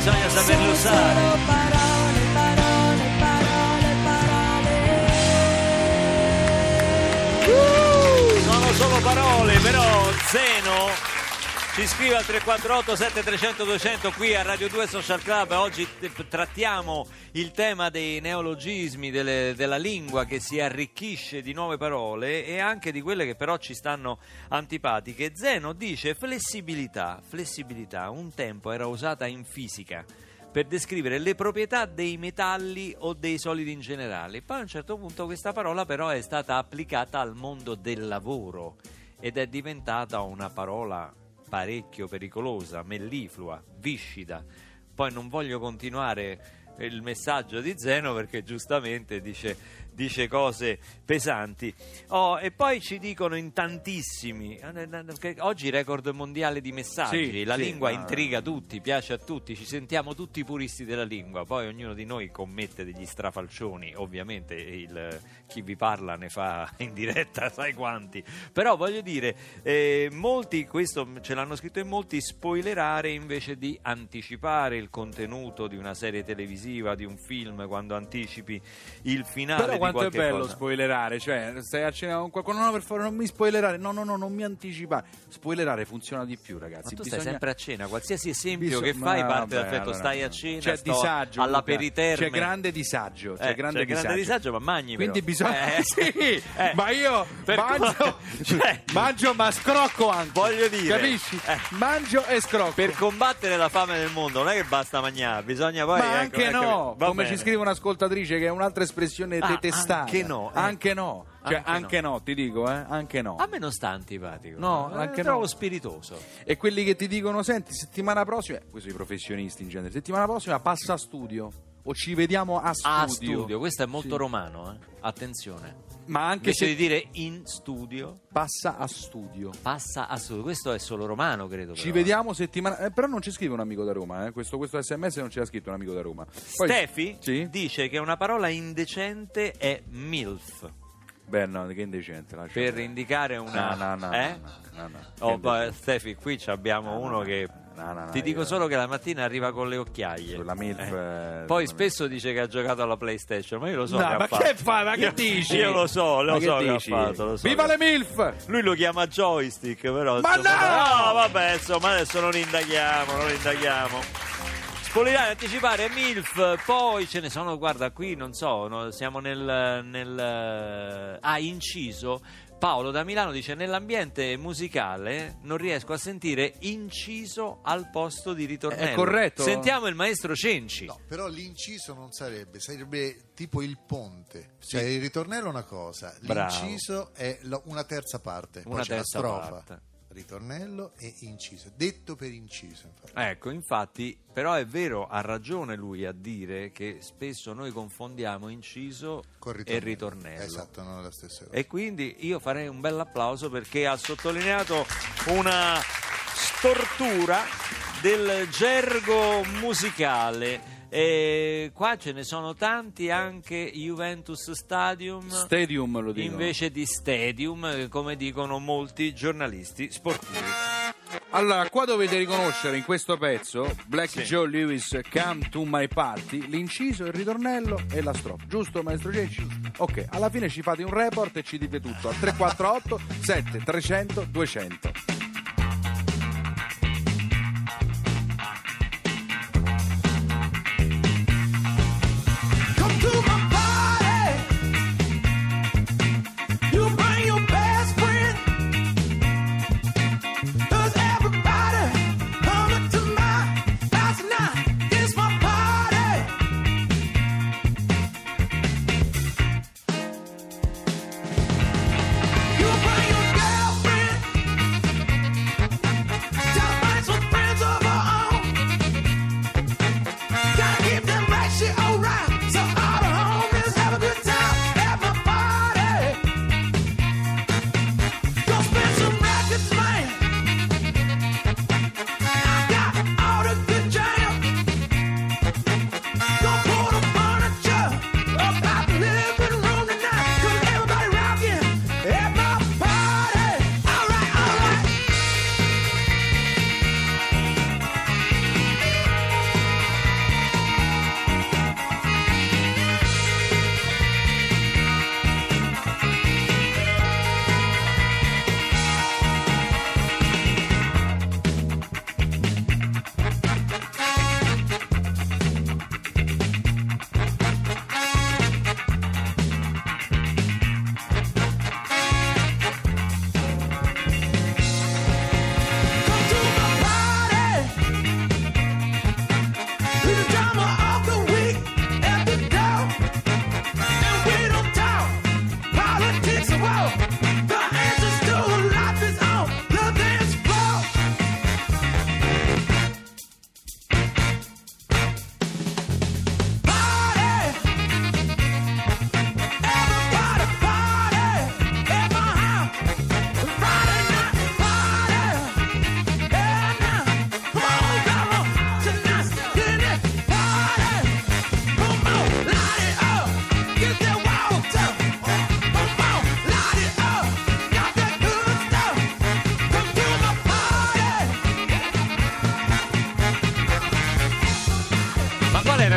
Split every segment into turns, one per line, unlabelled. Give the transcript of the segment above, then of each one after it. saperle usare.
Sono parole, parole, parole, parole. Uh!
Sono solo parole, però Zeno ci scrive al 348 7300 200 qui a Radio 2 Social Club. Oggi t- trattiamo il tema dei neologismi, delle- della lingua che si arricchisce di nuove parole e anche di quelle che però ci stanno antipatiche. Zeno dice flessibilità, flessibilità, un tempo era usata in fisica per descrivere le proprietà dei metalli o dei solidi in generale. Poi a un certo punto questa parola però è stata applicata al mondo del lavoro ed è diventata una parola parecchio pericolosa, melliflua, viscida. Poi non voglio continuare il messaggio di Zeno perché giustamente dice, dice cose pesanti. Oh, e poi ci dicono in tantissimi, eh, che oggi record mondiale di messaggi,
Sì,
la
sì,
lingua
ma-
intriga tutti, piace a tutti, ci sentiamo tutti puristi della lingua, poi ognuno di noi commette degli strafalcioni, ovviamente il- chi vi parla ne fa in diretta sai quanti, però voglio dire, eh, molti, questo ce l'hanno scritto in molti, spoilerare invece di anticipare il contenuto di una serie televisiva, di un film, quando anticipi il finale.
Però
di
quanto è
qualche
bello
cosa.
spoilerare, cioè stai a cena con qualcuno, no per favore non mi spoilerare, no no no non mi anticipare, spoilerare funziona di più
Ma
ragazzi.
tu stai
bisogna-
sempre a cena, qualsiasi esempio
bisogna-
che fai
Ma
parte dal
vabbè,
fatto
allora,
stai a cena,
c'è
sto
disagio,
alla
Luca,
periterme.
c'è grande disagio,
Eh,
c'è grande disagio.
ma magni
Quindi
però.
bisogna
Eh,
sì,
eh.
ma io
Per
mangio,
co- cioè,
mangio ma scrocco anche.
Voglio dire,
Capisci?
eh.
Mangio e scrocco.
per combattere la fame del mondo non è che basta mangiare, bisogna poi
ma
ecco,
anche
ecco,
no,
va
come
bene.
ci scrive un'ascoltatrice che è un'altra espressione
Ah,
detestata.
anche no, eh.
Anche no. Cioè,
Anche Ah.
anche, no. ti dico, eh, anche no.
A me non sta antipatico.
No,
Eh,
anche
lo trovo
no.
spiritoso.
E quelli che ti dicono, senti, settimana prossima, eh, questo i professionisti in genere, settimana prossima passa a studio o ci vediamo a studio.
A Ah, studio, questo è molto
Sì.
romano, eh. Attenzione.
Ma anche
Invece
se
di dire in studio,
passa a studio.
passa a studio. Questo è solo romano, credo.
Ci
però.
vediamo settimana. eh, però non ci scrive un amico da Roma, eh. questo, questo sms non ce l'ha scritto un amico da Roma. Poi-
Stefi
Sì?
dice che una parola indecente è MILF
Beh, no, che indecente. lascia
per
perdere.
indicare una.
No, no, no.
eh?
no, no, no, no.
Oh,
Che
beh,
indecente.
Stefi, qui ci abbiamo
No, no,
uno
no,
che.
no, no, no,
Ti
io-
dico solo che la mattina arriva con le occhiaie.
Sulla MILF, eh,
Poi
sulla
spesso dice che ha giocato alla PlayStation, ma io lo so.
No,
che ha
ma
fatto.
che fai? Ma che
Io-
dici?
Io lo so, lo
Ma
so che ha
dici?
fatto. lo so
Viva
che-
le MILF!
Lui lo chiama joystick, però. insomma,
Ma no!
vabbè, insomma, adesso non indaghiamo, non indaghiamo. Spoilerare, anticipare, MILF, poi ce ne sono, guarda, qui non so, no, siamo nel, nel... Ah, inciso. Paolo da Milano dice, nell'ambiente musicale non riesco a sentire inciso al posto di ritornello.
È corretto?
Sentiamo il maestro Cenci.
No, però l'inciso non sarebbe, sarebbe tipo il ponte, cioè il ritornello è una cosa,
Bravo.
l'inciso è la- una terza parte, poi
Una
c'è la
terza
strofa,
parte.
ritornello e inciso, detto per inciso infatti.
Ecco, infatti, però è vero, ha ragione lui a dire che spesso noi confondiamo inciso
Col
e ritornello.
Esatto, non è la stessa cosa.
E quindi io farei un bel applauso perché ha sottolineato una stortura del gergo musicale. E qua ce ne sono tanti, anche Juventus Stadium.
Stadium lo dico.
Invece di stadium, eh, come dicono molti giornalisti sportivi.
Allora, qua dovete riconoscere in questo pezzo Black
Sì.
Joe Lewis Come to My Party, l'inciso, il ritornello e la strofa. Giusto, maestro Cecci? Ok, alla fine ci fate un report e ci dite tutto al 348 7 300 200.
Come to my party. You bring your best friend. 'Cause everybody coming to my house tonight. It's my party. You bring your girlfriend.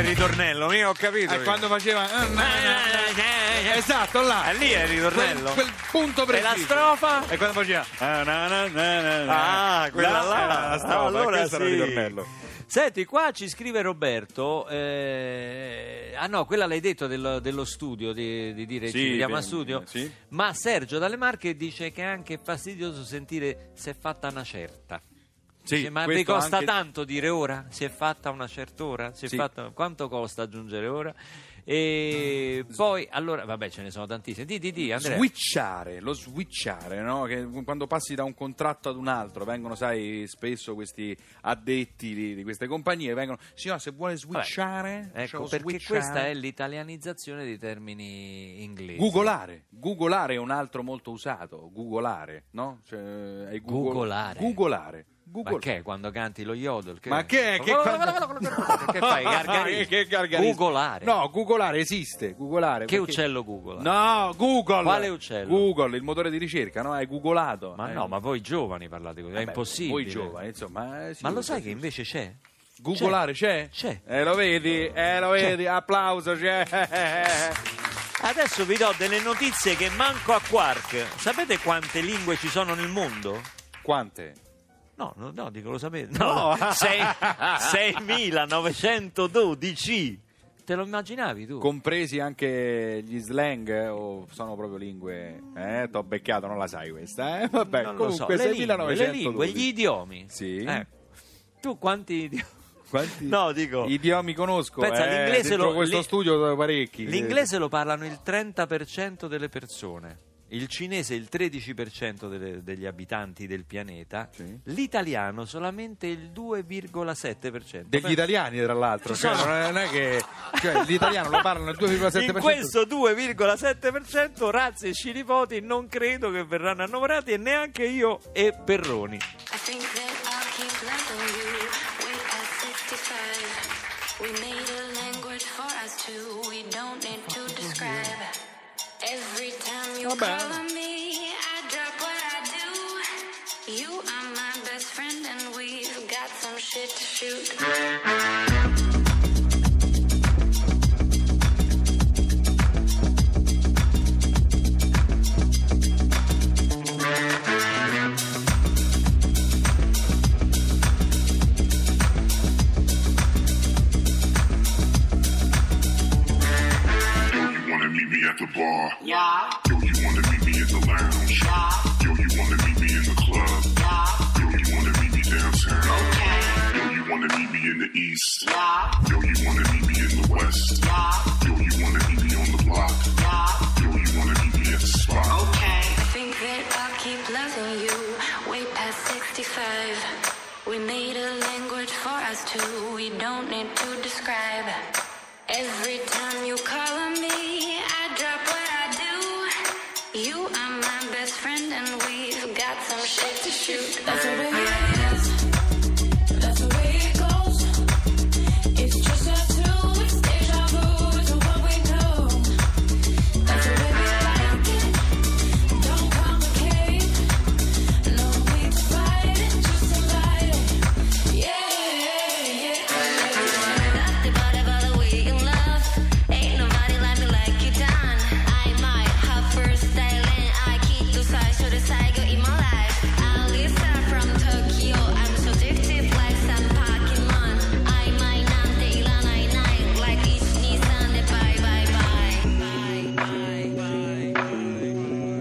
ritornello, io ho capito.
Eh,
io.
quando faceva esatto là
Eh, lì è il ritornello.
quel, quel punto
e
preciso
la strofa?
e quando faceva
Ah, quella là.
era la strofa,
allora
questo era
sì.
il ritornello
Senti, qua ci scrive Roberto. eh, Ah no, quella l'hai detto dello, dello studio, di, di dire
Sì,
ci vediamo a
beh,
studio.
sì.
Ma Sergio dalle Marche dice che è anche fastidioso sentire se è fatta una certa.
Sì,
Dice, ma vi
questo
costa
anche-
tanto dire ora? Si è fatta una certa ora? Si è
Sì.
fatta- Quanto costa aggiungere ora? E
Mm.
poi, allora, vabbè, ce ne sono tantissime. Di, di, di, Andrea.
switchare lo switchare no? che quando passi da un contratto ad un altro vengono sai spesso questi addetti di, di queste compagnie vengono signora se vuole
Vabbè,
switchare
ecco,
cioè,
perché
switchare-
questa è l'italianizzazione dei termini inglesi.
Googolare, googolare è un altro molto usato, googolare, no? Cioè, è Google-
Googolare.
Googolare.
Ma
Google-
che quando canti lo yodel? Che...
Ma che è?
Che
Che,
fai? Gargarismo?
Che gargarismo?
Googolare.
No, googolare esiste. Googolare.
Che
perché-
uccello Google?
No, Google.
Quale uccello?
Google, il motore di ricerca, no? Hai googolato.
Ma
Eh,
no, ma voi giovani parlate così, è
vabbè,
impossibile.
Eh Voi giovani, insomma. eh, sì,
Ma lo
lo
sai
so.
che invece c'è?
Googolare c'è?
C'è.
Eh, lo vedi? Eh, lo vedi? Applauso,
cioè.
c'è.
Adesso vi do delle notizie che manco a Quark. Sapete quante lingue ci sono nel mondo?
Quante?
No, no, no, dico lo sapete. No, sei- 6912. Te lo immaginavi tu?
Compresi anche gli slang eh, o sono proprio lingue? Eh, t'ho beccato, non la sai questa, eh? Vabbè,
non lo so.
comunque
Le lingue,
6912.
le lingue, gli idiomi.
Sì.
Ecco. Tu quanti idiomi?
Quanti
No, dico-
idiomi conosco?
Pensa,
eh,
l'inglese
dentro
lo-
questo
l'in-
studio sono parecchi.
L'inglese lo parlano il 30% delle persone, il cinese il 13% delle- degli abitanti del pianeta,
Sì.
l'italiano solamente il 2,7%.
degli
Beh,
italiani, tra l'altro,
Ci
cioè,
sono-
non è- non è che cioè, l'italiano lo parlano il 2,7%.
Esatto. In questo 2,7% Razzi e Scilipoti non credo che verranno annoverati e neanche io e Perroni.
I think that I'll keep loving you. We are 65. We made a language for us two. We don't need to describe. Every time you call on me, I drop what I do. You are my best friend, and we've got some shit to shoot.
Yo, you wanna meet me at the bar? Yeah. Yo, you wanna meet me in the lounge? Yeah. Yo, you wanna meet me in the club? Yeah. Yo, you wanna meet me downtown? Okay. Yo, you wanna meet me in the east? Yeah. Yo, you wanna meet me in the west? Yeah. Yo, you wanna meet me on the block? Yeah. Yo, you wanna meet me at the spot?
Okay. I think that I'll keep loving you way past 65. We made a language for us two. We don't need to describe. Every time you call on me, I drop what I do. You are my best friend, and we've got some shit to shoot.
That's the way it is. That's the way it goes. It's just us two. It's deja vu to what we know. That's the way we like it. Don't complicate. No need to fight it. Just invite it. Yeah, yeah.
Nothing but about the way you love. Ain't nobody like me like you done. I might have first styling. I keep two sides to the side go in my life. I'm Lisa from Tokyo. I'm so addictive like some Pokemon. I might not day nine nine like each Nissan. Bye bye bye bye bye bye.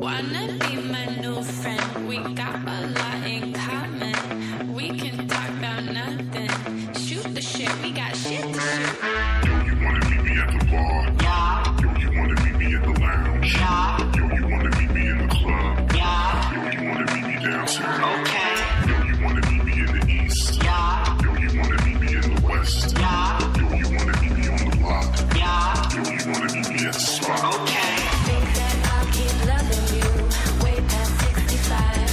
Wanna be my new friend? We got a lot in common. We can talk about nothing. Shoot the shit, we got shit to shoot.
Yo, you wanna meet me at the bar? Yeah. Yo, you wanna meet me in the lounge? Yeah. Yo, you wanna meet me in the club? Yeah. Yo, you wanna meet me downtown? Okay. Yo, you wanna meet me in the east? Yeah. Yo, you wanna meet me in the west? Yeah. Yo, you wanna meet me on the block? Yeah. Yo, you wanna meet me at the spot? Okay.
Think that I'll keep loving you way past 65.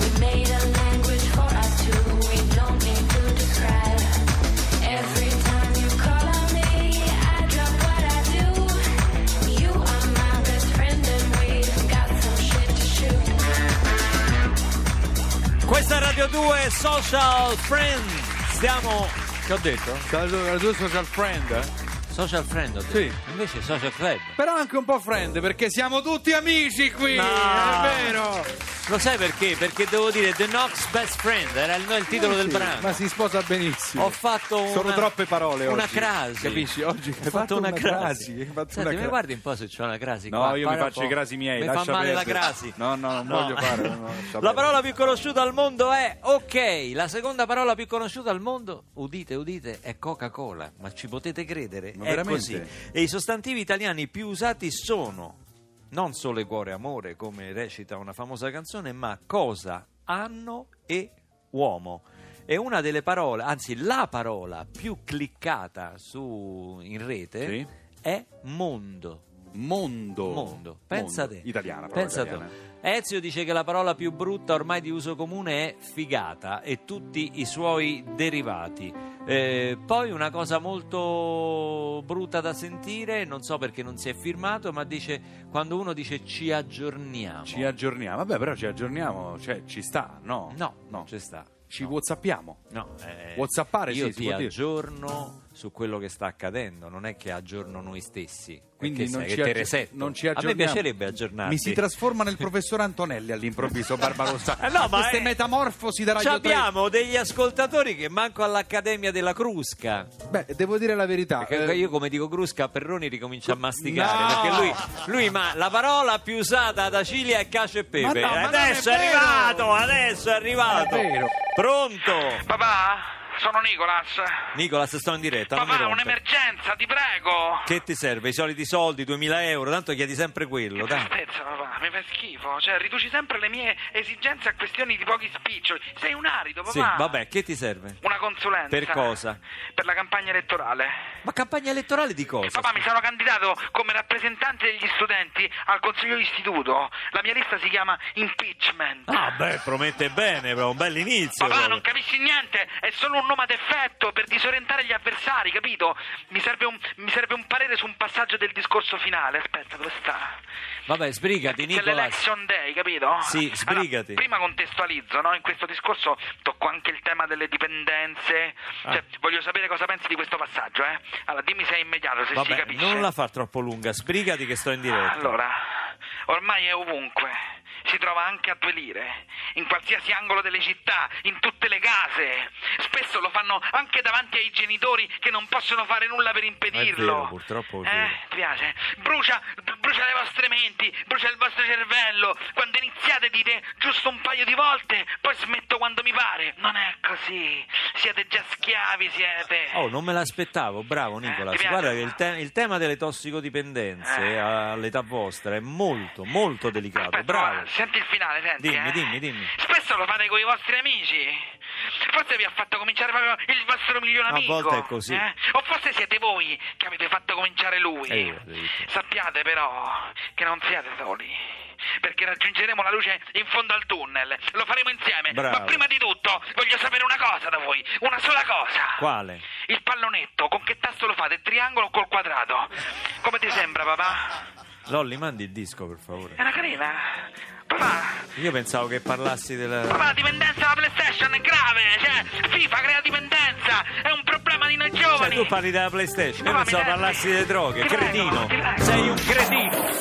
We made a language for us two. We don't need to describe.
due social friend. Stiamo. Che ho detto?
Saluto due social friend. eh?
Social friend ho detto.
Sì.
Invece social club.
Però anche un po' friend, perché siamo tutti amici qui,
No.
è vero.
Lo sai perché? Perché devo dire The Knox Best Friend, era il, no, il titolo del
Eh, Sì,
brano.
Ma si sposa benissimo.
Ho fatto una,
Sono troppe parole
una
oggi.
crasi.
Capisci? Oggi hai
ho fatto una crasi.
hai fatto
Senti,
una
mi
crasi.
guardi un po' se c'ho una crasi.
No,
qua,
io mi
parla un
faccio
po'.
i crasi miei.
Mi fa
lascia
male la
perdere.
crasi.
No, no, non
No.
voglio fare. no, no, lascia
La
perdere.
parola più conosciuta al mondo è ok. La seconda parola più conosciuta al mondo, udite, udite, è Coca-Cola. Ma ci potete credere?
Ma
è
veramente?
così. E i sostantivi italiani più usati sono non sole, cuore, amore, come recita una famosa canzone, ma cosa, anno e uomo. E una delle parole, anzi la parola più cliccata su, in rete
Sì.
è mondo.
Mondo.
Mondo, pensa
Mondo.
te.
Italiana, parola
Pensa
italiana.
te. Ezio dice che la parola più brutta ormai di uso comune è figata e tutti i suoi derivati. Eh, poi una cosa molto brutta da sentire, non so perché non si è firmato, ma dice quando uno dice ci aggiorniamo.
Ci aggiorniamo. Vabbè, però ci aggiorniamo, cioè ci sta, no?
no, no, ci sta.
Ci
No.
whatsappiamo.
No, eh,
Whatsappare,
io
sì, si
ti
può dire.
aggiorno su quello che sta accadendo, non è che aggiorno noi stessi.
Quindi
Perché
non,
sai
ci
che
aggi-
te resetto.
non
A
ci
me
aggiorniamo.
piacerebbe aggiornarti.
Mi si trasforma nel professor Antonelli all'improvviso, Barbarossa.
Eh no, ma
Queste
è-
metamorfosi da
Ci
Radio tre.
abbiamo degli ascoltatori che manco all'Accademia della Crusca.
Beh, devo dire la verità.
Perché
eh,
io come dico Crusca, Perroni ricomincia a masticare.
No!
Perché lui, lui ma la parola più usata da Cilia è cacio e pepe.
Ma no, ma non è
adesso è,
vero!
arrivato, adesso è arrivato.
È vero.
Pronto?
Papà, sono Nicolas.
Nicolas, sto in diretta. non mi
Papà,
rompere.
un'emergenza, ti prego.
Che ti serve? I soliti soldi, 2000 euro, tanto chiedi sempre quello, dai.
Tristezza, papà, mi fai schifo. Cioè, riduci sempre le mie esigenze a questioni di pochi spiccioli. Sei un arido, papà.
Sì, vabbè, che ti serve?
Una consulenza.
Per cosa?
Per la campagna elettorale.
Ma campagna elettorale di cosa?
Papà, mi sono candidato come rappresentante degli studenti al consiglio d'istituto. La mia lista si chiama impeachment.
Ah, beh, promette bene, però un bel inizio.
Papà,
proprio.
non capisci niente, è solo un nome ad effetto per disorientare gli avversari, capito? Mi serve un, mi serve un parere su un passaggio del discorso finale. Aspetta, dove sta?
Vabbè, sbrigati,
C'è
Nicolas.
l'election day, capito?
Sì, sbrigati.
Allora, prima contestualizzo, no? In questo discorso tocco anche il tema delle dipendenze.
Ah.
Cioè, voglio sapere cosa pensi di questo passaggio, eh? Allora, dimmi se è immediato, se si
Vabbè,
capisce.
non la far troppo lunga, sbrigati che sto in diretta.
Allora, ormai è ovunque. Si trova anche a due lire, in qualsiasi angolo delle città, in tutte le case. Spesso lo fanno anche davanti ai genitori che non possono fare nulla per impedirlo.
vero, purtroppo è
Eh,
vero.
ti piace? Brucia, brucia le vostre menti, brucia il vostro cervello. Quando iniziate dite giusto un paio di volte, poi smetto quando mi pare. Non è così. Siete già schiavi, siete.
Oh, non me l'aspettavo, bravo
Eh, ti
Nicolas.
piace?
Guarda che il, te- il tema delle tossicodipendenze
Eh.
all'età vostra è molto, molto delicato.
Aspetta,
Bravo.
guarda, Senti il finale, senti.
Dimmi,
eh.
dimmi, dimmi.
Spesso lo fate con i vostri amici. Forse vi ha fatto cominciare proprio il vostro miglior
A
amico.
volte è così.
eh. O forse siete voi che avete fatto cominciare lui.
Eh, io, sì.
Sappiate però che non siete soli. Perché raggiungeremo la luce in fondo al tunnel. Lo faremo insieme.
Bravo.
Ma prima di tutto voglio sapere una cosa da voi. Una sola cosa.
Quale?
Il pallonetto, con che tasto lo fate? Triangolo o col quadrato? Come ti sembra, papà?
Lolli, mandi il disco, per favore.
Era carina. Papà,
Io pensavo che parlassi della...
papà, dipendenza da PlayStation è grave. Cioè, FIFA crea dipendenza. È un problema di noi
Cioè,
giovani.
tu parli della PlayStation, io
Papà, mi
pensavo
senti?
parlassi delle droghe.
Ti prego,
Cretino,
ti prego.
sei un cretino.